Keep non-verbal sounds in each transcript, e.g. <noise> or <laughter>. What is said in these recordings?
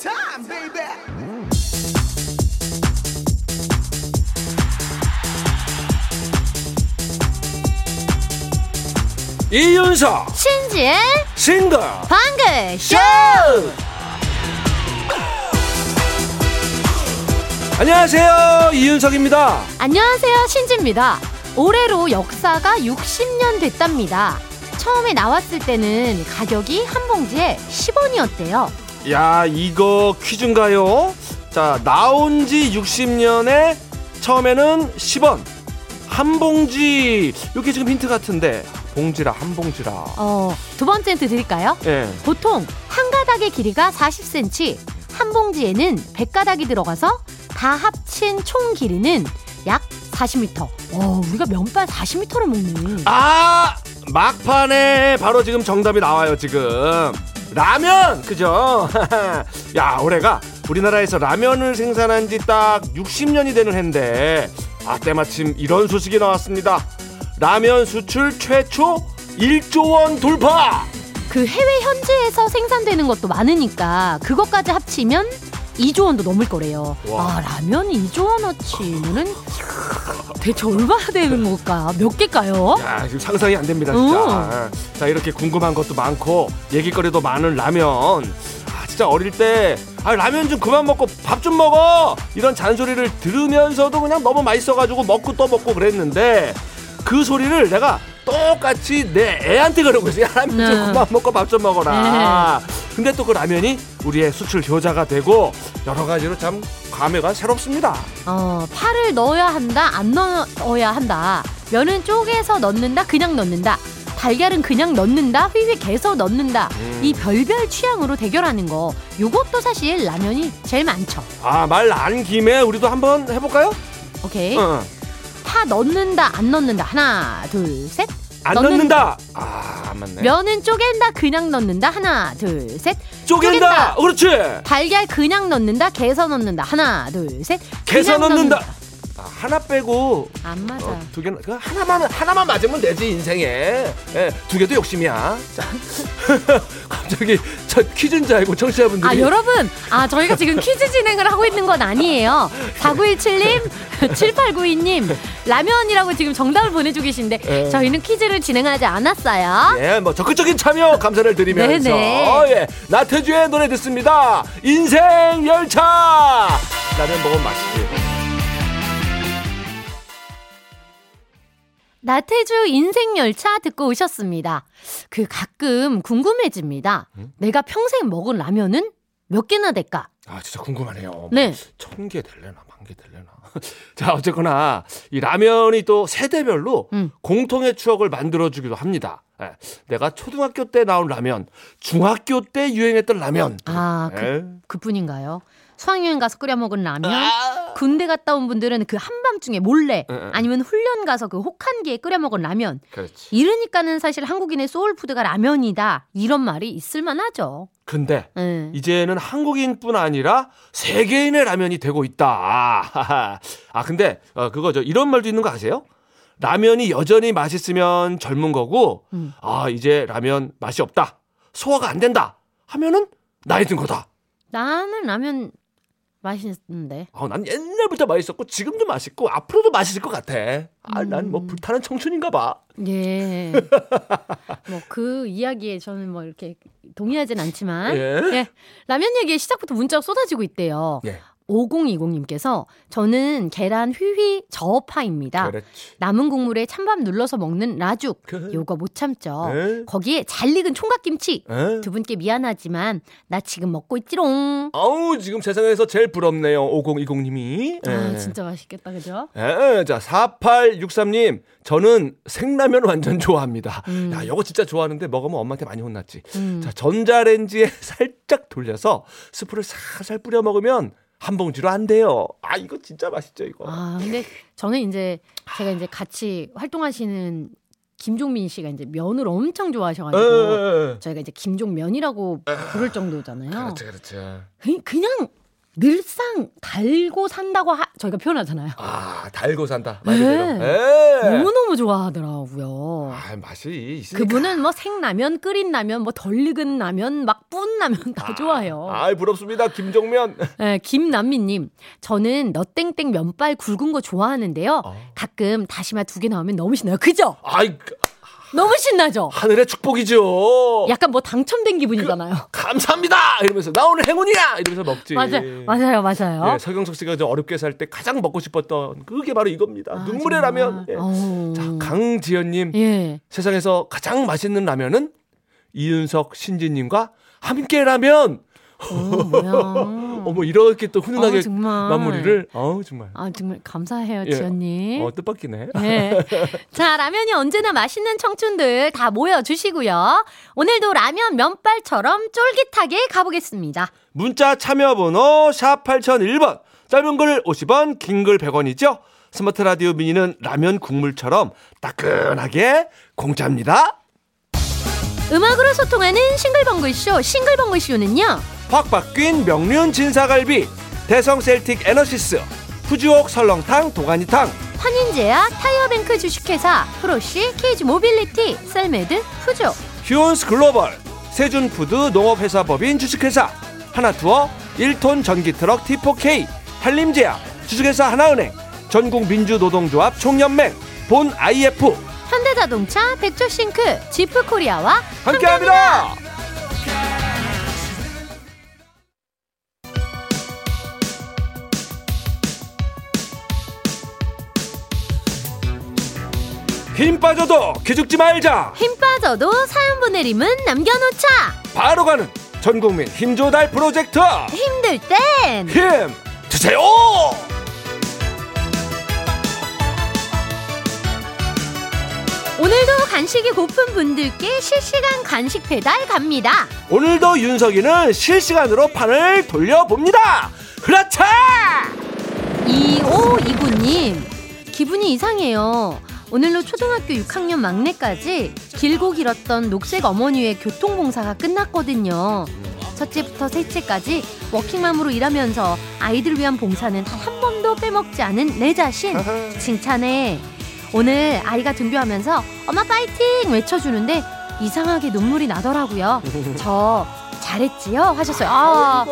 time, baby. 이윤석 신지의 싱글 방글쇼 안녕하세요 이윤석입니다 안녕하세요 신지입니다 올해로 역사가 60년 됐답니다 처음에 나왔을 때는 가격이 한 봉지에 10원이었대요 야 이거 퀴즈인가요? 자 나온 지 60년에 처음에는 10원 한 봉지 이게 지금 힌트 같은데 봉지라 한 봉지라 어, 두 번째 힌트 드릴까요? 예. 보통 한 가닥의 길이가 40cm 한 봉지에는 100가닥이 들어가서 다 합친 총 길이는 약 40m 어, 우리가 면발 40m를 먹네 아 막판에 바로 지금 정답이 나와요 지금 라면 그죠 <laughs> 야 올해가 우리나라에서 라면을 생산한 지 딱 60년이 되는 해인데 아 때마침 이런 소식이 나왔습니다 라면 수출 최초 1조 원 돌파 그 해외 현지에서 생산되는 것도 많으니까 그것까지 합치면 2조 원도 넘을 거래요. 와. 아 라면이 2조 원어치면은 대체 얼마나 되는 걸까? 몇 개일까요? 야 지금 상상이 안 됩니다 진짜 아, 자 이렇게 궁금한 것도 많고 얘기거리도 많은 라면 아 진짜 어릴 때 아, 라면 좀 그만 먹고 밥 좀 먹어 이런 잔소리를 들으면서도 그냥 너무 맛있어가지고 먹고 또 먹고 그랬는데 그 소리를 내가 똑같이 내 애한테 그러고 있어요 야, 라면 좀 네. 그만 먹고 밥 좀 먹어라 근데 또 그 라면이 우리의 수출 효자가 되고 여러 가지로 참 감회가 새롭습니다 어, 파를 넣어야 한다, 안 넣어야 한다. 면은 쪼개서 넣는다, 그냥 넣는다. 달걀은 그냥 넣는다, 휘휘개서 넣는다. 이 별별 취향으로 대결하는 거. 요것도 사실 라면이 제일 많죠. 아 말 안 김에 우리도 한번 해볼까요? 어, 오케이. 응. 파 넣는다, 안 넣는다. 하나, 둘, 셋. 안 넣는- 넣는다. 아, 안 맞네. 면은 쪼갠다 그냥 넣는다 하나 둘 셋 쪼갠다. 쪼갠다. 그렇지. 달걀 그냥 넣는다 개서 넣는다 하나 둘셋 개선 넣는다. 아, 하나 빼고 안 맞아 어, 두 개는 그 하나만 하나만 맞으면 되지 인생에. 예, 두 개도 욕심이야. 자. <laughs> 갑자기 저 퀴즈인 줄 알고 청취자분들이 아 여러분 아 저희가 지금 퀴즈 진행을 하고 있는 건 아니에요 4917님 7892님 라면이라고 지금 정답을 보내주고 계신데 에. 저희는 퀴즈를 진행하지 않았어요 예, 뭐 적극적인 참여 감사를 드리면서 네네. 예, 나태주의 노래 듣습니다. 인생 열차. 라면 먹으면 맛있지. 나태주 인생열차 듣고 오셨습니다 그 가끔 궁금해집니다 음? 내가 평생 먹은 라면은 몇 개나 될까 아, 진짜 궁금하네요. 네 천 개 될래나 만 개 될래나 <laughs> 자 어쨌거나 이 라면이 또 세대별로 음. 공통의 추억을 만들어주기도 합니다 예. 내가 초등학교 때 나온 라면 중학교 때 유행했던 라면 아, 그- 예. 그뿐인가요? 수학여행 가서 끓여 먹은 라면, 군대 갔다 온 분들은 그 한밤중에 몰래 아. 응, 응. 아니면 훈련 가서 그 혹한기에 끓여 먹은 라면. 그렇지 이러니까는 사실 한국인의 소울푸드가 라면이다 이런 말이 있을만하죠. 근데 예. 이제는 한국인뿐 아니라 세계인의 라면이 되고 있다 <laughs> 아 근데 어, 그거죠 이런 말도 있는 거 아세요? 라면이 여전히 맛있으면 젊은 거고 음. 아 이제 라면 맛이 없다 소화가 안 된다 하면은 나이 든 거다 나는 라면 맛있는데. 아, 난 옛날부터 맛있었고 지금도 맛있고 앞으로도 맛있을 것 같아. 아, 음. 난 뭐 불타는 청춘인가 봐. <laughs> 예. 뭐 그 이야기에 저는 뭐 이렇게 동의하진 않지만 예. 예. 라면 얘기에 시작부터 문자가 쏟아지고 있대요. 예. 5020님께서 저는 계란 휘휘 그렇죠. 저어파입니다. 그렇지. 남은 국물에 찬밥 눌러서 먹는 라죽 그- 요거 못 참죠 에? 거기에 잘 익은 총각김치 에? 두 분께 미안하지만 나 지금 먹고 있지롱 아우 지금 세상에서 제일 부럽네요. 5020님이. 예. 아 진짜 맛있겠다 그죠 에, 예, 자 4863님 저는 생라면 완전 좋아합니다. 음. 야 이거 진짜 좋아하는데 먹으면 엄마한테 많이 혼났지. 음. 자 전자레인지에 <laughs> 살짝 돌려서 스프를 살살 뿌려 먹으면 한 봉지로 안 돼요. 아 이거 진짜 맛있죠 이거. 아 근데 저는 이제 제가 이제 같이 활동하시는 김종민 씨가 이제 면을 엄청 에, 네. 예. 좋아하셔가지고 에, 에. 그렇죠. 그렇죠, 저희가 이제 김종면이라고 부를 정도잖아요 그렇지. 그- 그냥 늘상 달고 산다고 하- 저희가 표현하잖아요. 아 달고 산다 말 그대로. 네. 예. 너무너무 좋아하더라고요. 아 맛이 있으니까. 그분은 뭐 생라면, 끓인 라면, 뭐 덜 익은 라면, 막 뿐 라면 다 좋아해요. 아 부럽습니다 김종면. 예, 김남미님, 저는 너땡땡 면발 굵은 거 좋아하는데요. 어. 가끔 다시마 두 개 나오면 너무 신나요. 그죠? 아이 너무 신나죠? 하늘의 축복이죠. 약간 뭐 당첨된 기분이잖아요. 감사합니다 이러면서 나 오늘 행운이야 이러면서 먹지. 맞아요, 맞아요, 맞아요. 예, 서경석 씨가 저 어렵게 살 때 가장 먹고 싶었던 그게 바로 이겁니다. 아, 눈물의 정말. 라면. 예. 어우. 자, 강지연님 예. 세상에서 가장 맛있는 라면은 이윤석 신지님과 함께라면. 어, 뭐야. 어머 이렇게 또 훈훈하게 음. 어, 정말. 마무리를. 어 정말. 아, 정말 감사해요, 예. 지연님. 어 뜻밖이네. 예. 자, 라면이 언제나 맛있는 청춘들 다 모여주시고요. 오늘도 라면 면발처럼 쫄깃하게 가보겠습니다. 문자 참여 번호 샵 8001번. 짧은 글 50원, 긴 글 100원이죠. 스마트 라디오 미니는 라면 국물처럼 따끈하게 공짜입니다. 음악으로 소통하는 싱글벙글쇼, 싱글벙글쇼는요. 확 바뀐 명륜 진사갈비, 대성 셀틱 에너시스, 푸주옥 설렁탕 도가니탕, 환인제야, 타이어뱅크 주식회사, 프로쉬, 케이지 모빌리티, 셀메드, 푸조. 휴온스 글로벌, 세준푸드 농업회사법인 주식회사, 하나투어, 1톤 전기트럭 T4K, 한림제약, 주식회사 하나은행, 전국민주노동조합 총연맹, 본 IF, 현대자동차, 백조싱크, 지프코리아와 함께합니다. 힘 빠져도 기죽지 말자. 힘 빠져도 사연 보내림은 남겨놓자. 바로 가는 전국민 힘 조달 프로젝트 힘들 땐. 힘 드세요. 오늘도 간식이 고픈 분들께 실시간 간식 배달 갑니다. 오늘도 윤석이는 실시간으로 판을 돌려봅니다. 그렇죠! 그렇차 2529님, 기분이 이상해요. 오늘로 초등학교 6학년 막내까지 길고 길었던 녹색 어머니의 교통봉사가 끝났거든요. 첫째부터 셋째까지 워킹맘으로 일하면서 아이들 위한 봉사는 단 한 번도 빼먹지 않은 내 <laughs> 자신. 칭찬해. 오늘 아이가 등교하면서 엄마 파이팅 외쳐주는데 이상하게 눈물이 나더라고요. 저 잘했지요? 하셨어요. 아,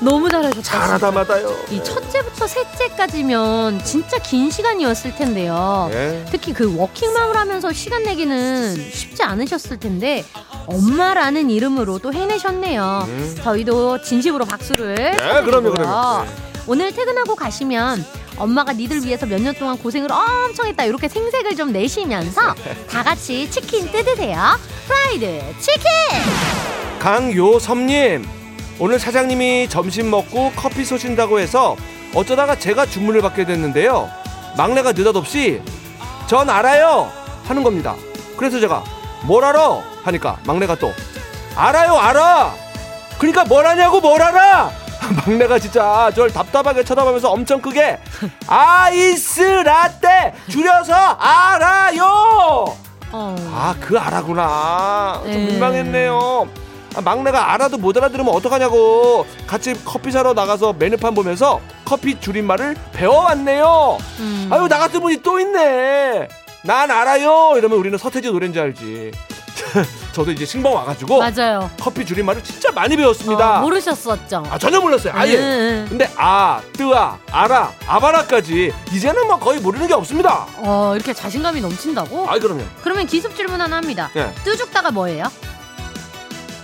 너무 잘하셨다. 잘하다 마다요. 이 첫째부터 셋째까지면 진짜 긴 시간이었을 텐데요. 예. 특히 그 워킹맘을 하면서 시간 내기는 쉽지 않으셨을 텐데 엄마라는 이름으로 또 해내셨네요. 음. 네, 저희도 진심으로 박수를. 쳐드리고요. 그럼요, 그럼요. 오늘 퇴근하고 가시면 엄마가 니들 위해서 몇 년 동안 고생을 엄청 했다 이렇게 생색을 <laughs> 좀 내시면서 다 같이 치킨 뜯으세요. 프라이드 치킨. 강요섭님 오늘 사장님이 점심 먹고 커피 쏘신다고 해서 어쩌다가 제가 주문을 받게 됐는데요 막내가 느닷없이 전 알아요 하는 겁니다 그래서 제가 뭘 알아 하니까 막내가 또 알아요 알아 그러니까 뭘 하냐고 뭘 알아 <laughs> 막내가 진짜 저를 답답하게 쳐다보면서 엄청 크게 아이스 라떼 줄여서 알아요 어. 아 그 아라구나 좀 네. 민망했네요 아, 막내가 알아도 못 알아들으면 어떡하냐고 같이 커피 사러 나가서 메뉴판 보면서 커피 줄임말을 배워왔네요 음. 아유 나 같은 분이 또 있네 난 알아요 이러면 우리는 서태지 노래인 줄 알지 <laughs> 저도 이제 신방 와가지고 맞아요. 커피 줄임말을 진짜 많이 어, 배웠습니다 모르셨었죠. 아 전혀 몰랐어요 아예 음. 근데 아 뜨아 알아 아바라까지 이제는 뭐 거의 모르는 게 없습니다 어, 이렇게 자신감이 넘친다고? 아 그럼요 그러면 기습 질문 하나 합니다. 예. 뜨죽다가 뭐예요?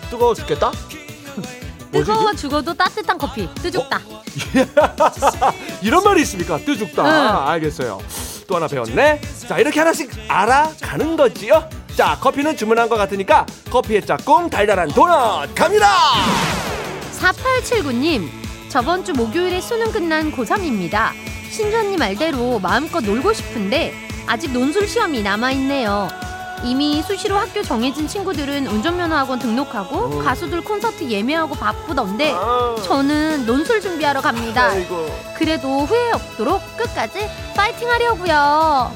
뜨거워 <laughs> 죽겠다 뭐지, 어? 이게? 뜨거워 죽어도 따뜻한 커피. 뜨죽다. <laughs> 이런 말이 있습니까? 뜨죽다. 아, 응. 알겠어요. 또 하나 배웠네. 자, 이렇게 하나씩 알아가는 거지요. 자, 커피는 주문한 것 같으니까 커피의 짝꿍 달달한 도넛 갑니다. 4879님, 저번 주 목요일에 수능 끝난 고3입니다. 신주님 말대로 마음껏 놀고 싶은데 아직 논술 시험이 남아있네요. 이미 수시로 학교 정해진 친구들은 운전면허 학원 등록하고 어. 가수들 콘서트 예매하고 바쁘던데 아, 저는 논술 준비하러 갑니다. 아이고. 그래도 후회 없도록 끝까지 파이팅 하려고요.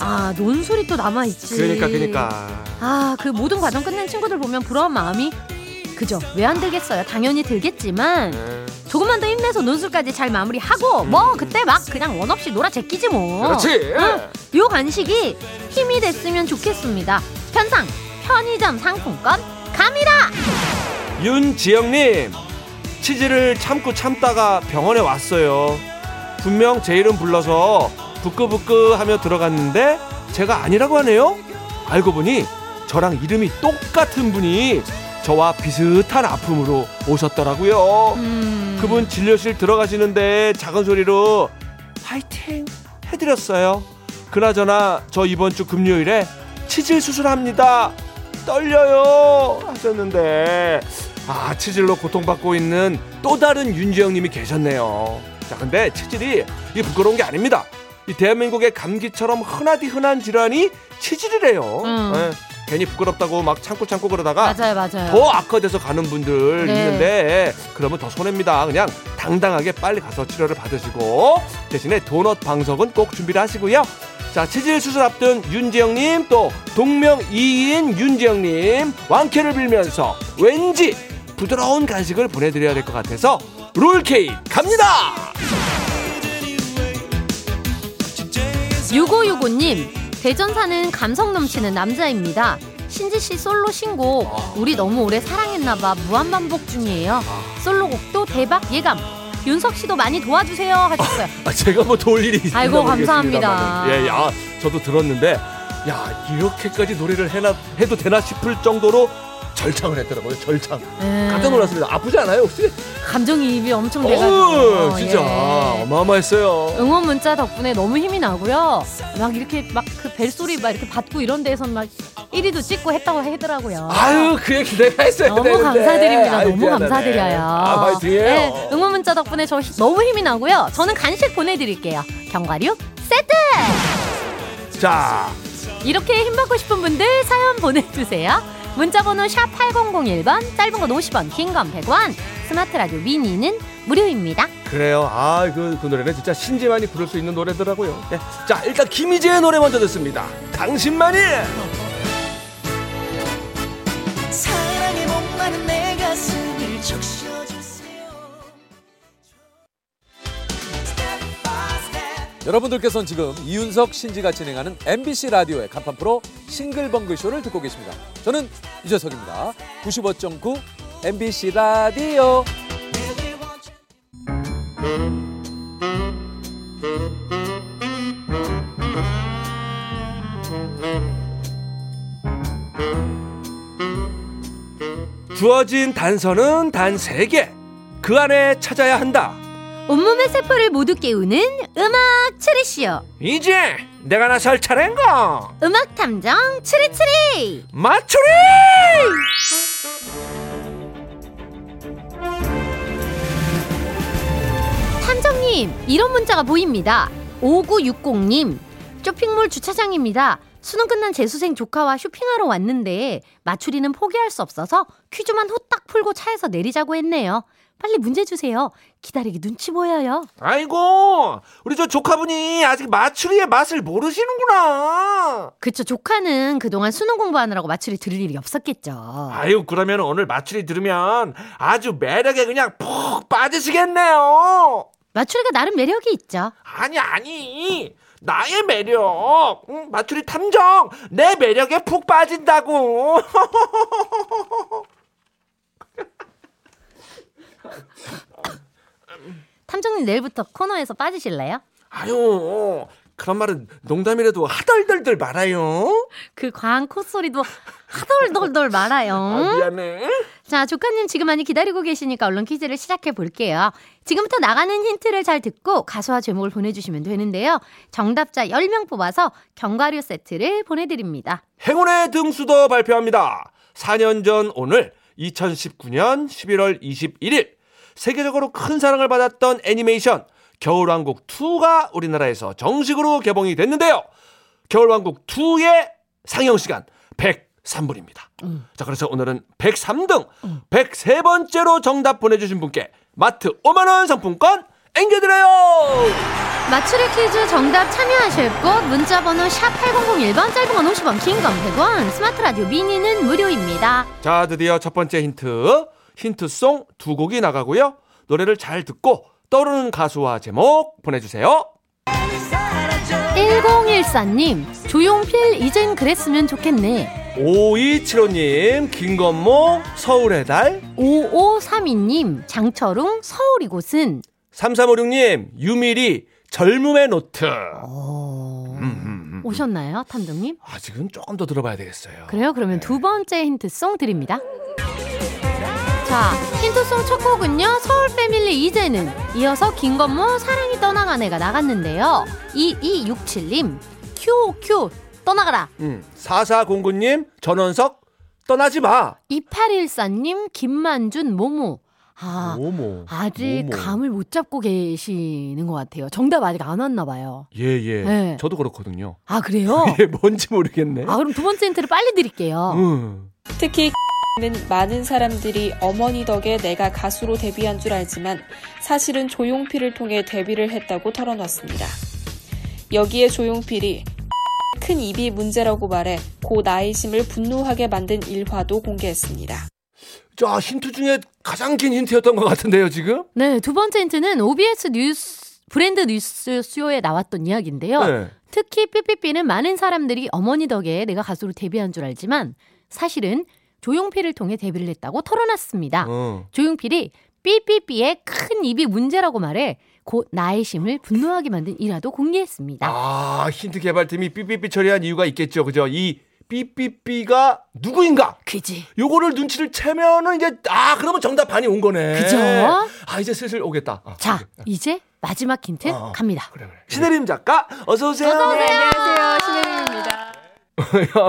아 논술이 또 남아 있지. 아, 그러니까 그러니까. 아그 모든 과정 끝낸 친구들 보면 부러운 마음이 그죠. 왜 안 들겠어요? 당연히 들겠지만 네. 조금만 더 힘내서 논술까지 잘 마무리하고 뭐 그때 막 그냥 원 없이 놀아제끼지 뭐. 그렇지. 응. 요 간식이 힘이 됐으면 좋겠습니다. 편상 편의점 상품권 갑니다. 윤지영님 치즈를 참고 참다가 병원에 왔어요. 분명 제 이름 불러서 부끄부끄하며 들어갔는데 제가 아니라고 하네요. 알고 보니 저랑 이름이 똑같은 분이 저와 비슷한 아픔으로 오셨더라고요. 음. 그분 진료실 들어가시는데 작은 소리로 파이팅 해드렸어요. 그나저나 저 이번 주 금요일에 치질 수술합니다. 떨려요 하셨는데 아 치질로 고통받고 있는 또 다른 윤지영님이 계셨네요. 자 근데 치질이 이 부끄러운 게 아닙니다. 이 대한민국의 감기처럼 흔하디 흔한 질환이 치질이래요. 음. 예, 괜히 부끄럽다고 막 참고 참고 그러다가 맞아요, 맞아요. 더 악화돼서 가는 분들 어. 네. 있는데 그러면 더 손해입니다. 그냥 당당하게 빨리 가서 치료를 받으시고 대신에 도넛 방석은 꼭 준비를 하시고요. 자 체질 수술 앞둔 윤지영님 또 동명 이인 윤지영님 왕쾌를 빌면서 왠지 부드러운 간식을 보내드려야 될 것 같아서 롤케이크 갑니다. 6565님 대전 사는 감성 넘치는 남자입니다. 신지 씨 솔로 신곡 아, 네. 우리 너무 오래 사랑했나봐 무한 반복 중이에요. 아. 솔로곡도 대박 예감. 윤석 씨도 많이 <laughs> 도와주세요 하셨어요. 아, 제가 뭐 도울 일이 있나 아이고, 감사합니다. 예, 야, 저도 들었는데 야 이렇게까지 노래를 해나 해도 되나 싶을 정도로 절창을 했더라고요. 절창. 에, 깜짝 놀랐습니다. 아프지 않아요 혹시? 음, 감정이입이 엄청 돼가지고 어, 진짜 예. 어마어마했어요. 응원 문자 덕분에 너무 힘이 나고요. 막 이렇게 막 그 벨소리 막 이렇게 받고 이런 데선 막 1위도 찍고 했다고 하더라고요. 아유 그 얘기 내가 했어야 너무 되는데. 감사드립니다. 아유, 너무 미안하네. 감사드려요. 아 파이팅해요. 네, 응원 문자 덕분에 저 히- 너무 힘이 나고요. 저는 간식 보내드릴게요. 견과류 세트! 자 이렇게 힘받고 싶은 분들 사연 보내주세요. 문자번호 샵 8001번, 짧은 건 50원, 긴 건 100원, 스마트 라디오 미니는 무료입니다. 그래요. 아그그 노래는 진짜 신지만이 부를 수 있는 노래더라고요. 네. 자 일단 김희재의 노래 먼저 듣습니다. 당신만이. 사랑에 목마른 내 가슴을 적셔주세요 Step by step 여러분들께서는 지금 이윤석 신지가 진행하는 MBC 라디오의 간판 프로 싱글벙글 쇼를 듣고 계십니다. 저는 유재석입니다. 95.9 MBC 라디오. 주어진 단서는 단 세개그 안에 찾아야 한다. 온몸의 세포를 모두 깨우는 음악 추리쇼. 이제 내가 나설 차례인가? 음악 탐정 추리추리! 맞추리! 탐정님, 이런 문자가 보입니다. 5960님, 쇼핑몰 주차장입니다. 수능 끝난 재수생 조카와 쇼핑하러 왔는데 마추리는 포기할 수 없어서 퀴즈만 후딱 풀고 차에서 내리자고 했네요. 빨리 문제 주세요. 기다리기 눈치 보여요. 아이고 우리 저 조카분이 아직 마추리의 맛을 모르시는구나. 그쵸, 조카는 그동안 수능 공부하느라고 마추리 들을 일이 없었겠죠. 아유 그러면 오늘 마추리 들으면 아주 매력에 그냥 푹 빠지시겠네요. 마추리가 나름 매력이 있죠. 아니 아니 나의 매력 응, 마추리 탐정 내 매력에 푹 빠진다고. <laughs> 탐정님 내일부터 코너에서 빠지실래요? 아유 그런 말은 농담이라도 하덜덜덜 말아요. 그 과한 콧소리도 하덜덜덜 말아요. 아, 미안해. 자, 조카님 지금 많이 기다리고 계시니까 얼른 퀴즈를 시작해 볼게요. 지금부터 나가는 힌트를 잘 듣고 가수와 제목을 보내주시면 되는데요. 정답자 10명 뽑아서 견과류 세트를 보내드립니다. 행운의 등수도 발표합니다. 4년 전 오늘 2019년 11월 21일 세계적으로 큰 사랑을 받았던 애니메이션 겨울왕국 2가 우리나라에서 정식으로 개봉이 됐는데요. 겨울왕국 2의 상영 시간 103분입니다. 자, 그래서 오늘은 103등 103번째로 정답 보내주신 분께 마트 5만원 상품권 앵겨드려요! 맞추리 퀴즈 정답 참여하셨고 문자 번호 샵 8001번 짧은 건 50원 긴 건 100원 스마트 라디오 미니는 무료입니다. 자, 드디어 첫 번째 힌트. 힌트송 두 곡이 나가고요. 노래를 잘 듣고 떠오르는 가수와 제목 보내주세요. 1014님 조용필 이젠 그랬으면 좋겠네 5275님, 김건모, 서울의 달. 5532님 장철웅 서울 이곳은 3356님, 유미리, 젊음의 노트. 오셨나요 탐정님? 아직은 조금 더 들어봐야 되겠어요. 아, 그래요? 그러면 두 번째 힌트송 드립니다. 자, 힌트송 첫 곡은요. 서울 패밀리 이제는 이어서 김건모 사랑이 떠나간 애가 나갔는데요. 2267님 큐큐 떠나가라. 음, 4409님, 전원석, 떠나지 마. 2814님 김만준 모모. 아, 뭐뭐. 아직 모모. 감을 못 잡고 계시는 것 같아요. 정답 아직 안 왔나 봐요. 예, 예. 네. 저도 그렇거든요. <laughs> 아, 그래요? 이게 뭔지 모르겠네. 아, 그럼 두 번째 힌트를 빨리 드릴게요. 음. 특히 <laughs> 는 많은 사람들이 어머니 덕에 내가 가수로 데뷔한 줄 알지만 사실은 조용필을 통해 데뷔를 했다고 털어놨습니다. 여기에 조용필이 <laughs> 큰 입이 문제라고 말해 고 나이심을 분노하게 만든 일화도 공개했습니다. 자, 힌트 중에 가장 긴 힌트였던 것 같은데요, 지금? 네, 두 번째 힌트는 OBS 뉴스 브랜드 뉴스 쇼에 나왔던 이야기인데요. 네. 특히 삐삐삐는 많은 사람들이 어머니 덕에 내가 가수로 데뷔한 줄 알지만 사실은 조용필을 통해 데뷔를 했다고 털어놨습니다. 어. 조용필이 삐삐삐의 큰 입이 문제라고 말해 곧 나의 심을 분노하게 만든 일화도 공개했습니다. 아, 힌트 개발팀이 삐삐삐 처리한 이유가 있겠죠. 그죠? 이 삐삐삐가 누구인가? 그지? 요거를 눈치를 채면은 이제 아, 그러면 정답 반이 온 거네. 그죠? 아, 이제 슬슬 오겠다. 아, 자, 이제 마지막 힌트 어, 어. 갑니다. 그래 그래. 신혜림 작가 어서 오세요. 안녕하세요, 신혜림입니다.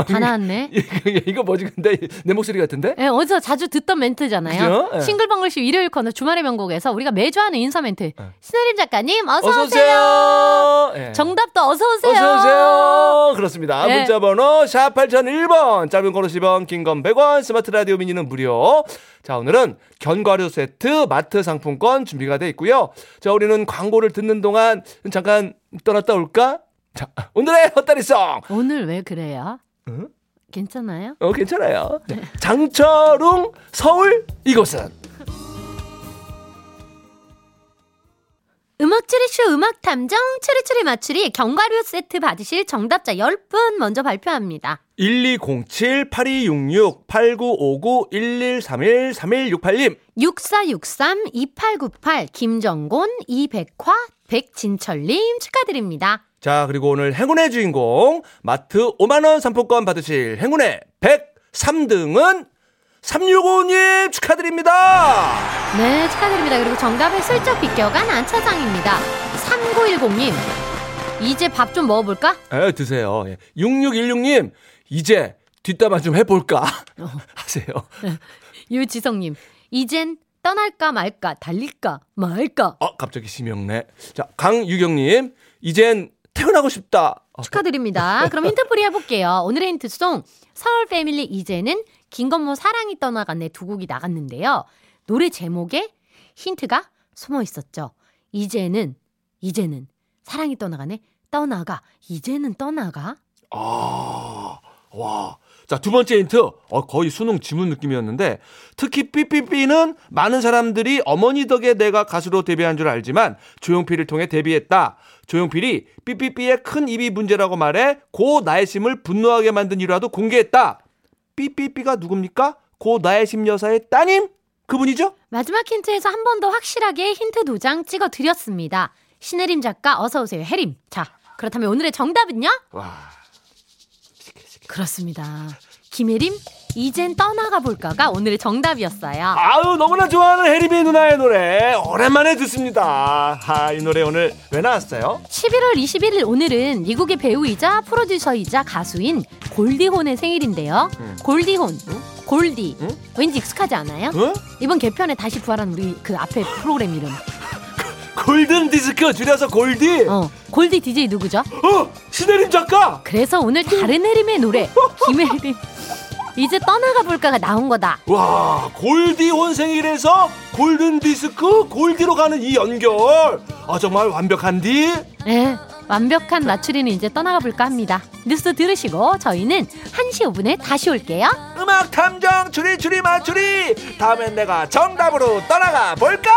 다 나왔네. 어, 이거, <laughs> 이거 뭐지 근데 내 목소리 같은데? 예, 어디서 자주 듣던 멘트잖아요. 그죠? 예. 싱글벙글쇼 일요일 코너 주말의 명곡에서 우리가 매주 하는 인사 멘트. 신혜림 작가님 어서, 어서 오세요. 오세요. 예. 정답도 어서 오세요. 어서 오세요. 그렇습니다. 네. 문자 번호 샵 8001번. 짧은 건 50원, 긴 건 100원. 스마트 라디오 미니는 무료. 자, 오늘은 견과류 세트 마트 상품권 준비가 돼 있고요. 자, 우리는 광고를 듣는 동안 잠깐 떠났다 올까? 자, 오늘의 헛다리송. 오늘 왜 그래요? 괜찮아요? 어, 괜찮아요. 네. 자, 장철웅 서울 이곳은 음악 추리쇼 음악 탐정 추리추리 맞추리 견과류 세트 받으실 정답자 10분 먼저 발표합니다. 1207-8266-8959-1131-3168님. 6463-2898 김정곤, 이백화, 백진철님 축하드립니다. 자, 그리고 오늘 행운의 주인공 마트 5만 원 상품권 받으실 행운의 103등은 365님 축하드립니다. 네, 축하드립니다. 그리고 정답을 슬쩍 비껴간 안차장입니다. 3910님, 이제 밥 좀 먹어볼까? 에, 드세요. 예. 6616님. 이제 뒷담화 좀 해볼까 <laughs> 하세요. 유지성님, 이젠 떠날까 말까, 달릴까 말까. 어, 갑자기 심형래. 자, 강유경님. 이젠 퇴근하고 싶다. 어, 축하드립니다. 그럼 힌트풀이 해볼게요. 오늘의 힌트송 서울 패밀리 이제는 김건모 사랑이 떠나간 내두 곡이 나갔는데요. 노래 제목에 힌트가 숨어 있었죠. 이제는 이제는 사랑이 떠나가네 떠나가 이제는 떠나가 아, 와. 자, 두 번째 힌트. 어, 거의 수능 지문 느낌이었는데, 특히 삐삐삐는 많은 사람들이 어머니 덕에 내가 가수로 데뷔한 줄 알지만, 조용필을 통해 데뷔했다. 조용필이 삐삐삐의 큰 입이 문제라고 말해, 고 나의 심을 분노하게 만든 일화도 공개했다. 삐삐삐가 누굽니까? 고 나의 심 여사의 따님? 그분이죠? 마지막 힌트에서 한 번 더 확실하게 힌트 도장 찍어 드렸습니다. 신혜림 작가 어서 오세요 혜림. 자 그렇다면 오늘의 정답은요? 와. 그렇습니다. 김혜림 이젠 떠나가 볼까가 오늘의 정답이었어요. 아우 너무나 좋아하는 해리비 누나의 노래 오랜만에 듣습니다. 아, 이 노래 오늘 왜 나왔어요? 11월 21일 오늘은 미국의 배우이자 프로듀서이자 가수인 골디혼의 생일인데요. 골디혼. 골디. 응? 왠지 익숙하지 않아요? 응? 이번 개편에 다시 부활한 우리 그 앞에 프로그램 이름. 골든 디스크 줄여서 골디. 어, 어. 골디 DJ 누구죠? 신혜림 작가. 그래서 오늘 다른 혜림의 노래 김혜림 이제 떠나가 볼까가 나온 거다. 와, 골디 혼생일에서 골든 디스크 골디로 가는 이 연결. 아 정말 완벽한디. 네, 완벽한 마추리는 이제 떠나가 볼까 합니다. 뉴스 들으시고 저희는 1시 5분에 다시 올게요. 음악 탐정 추리추리 마추리 다음엔 내가 정답으로 떠나가 볼까?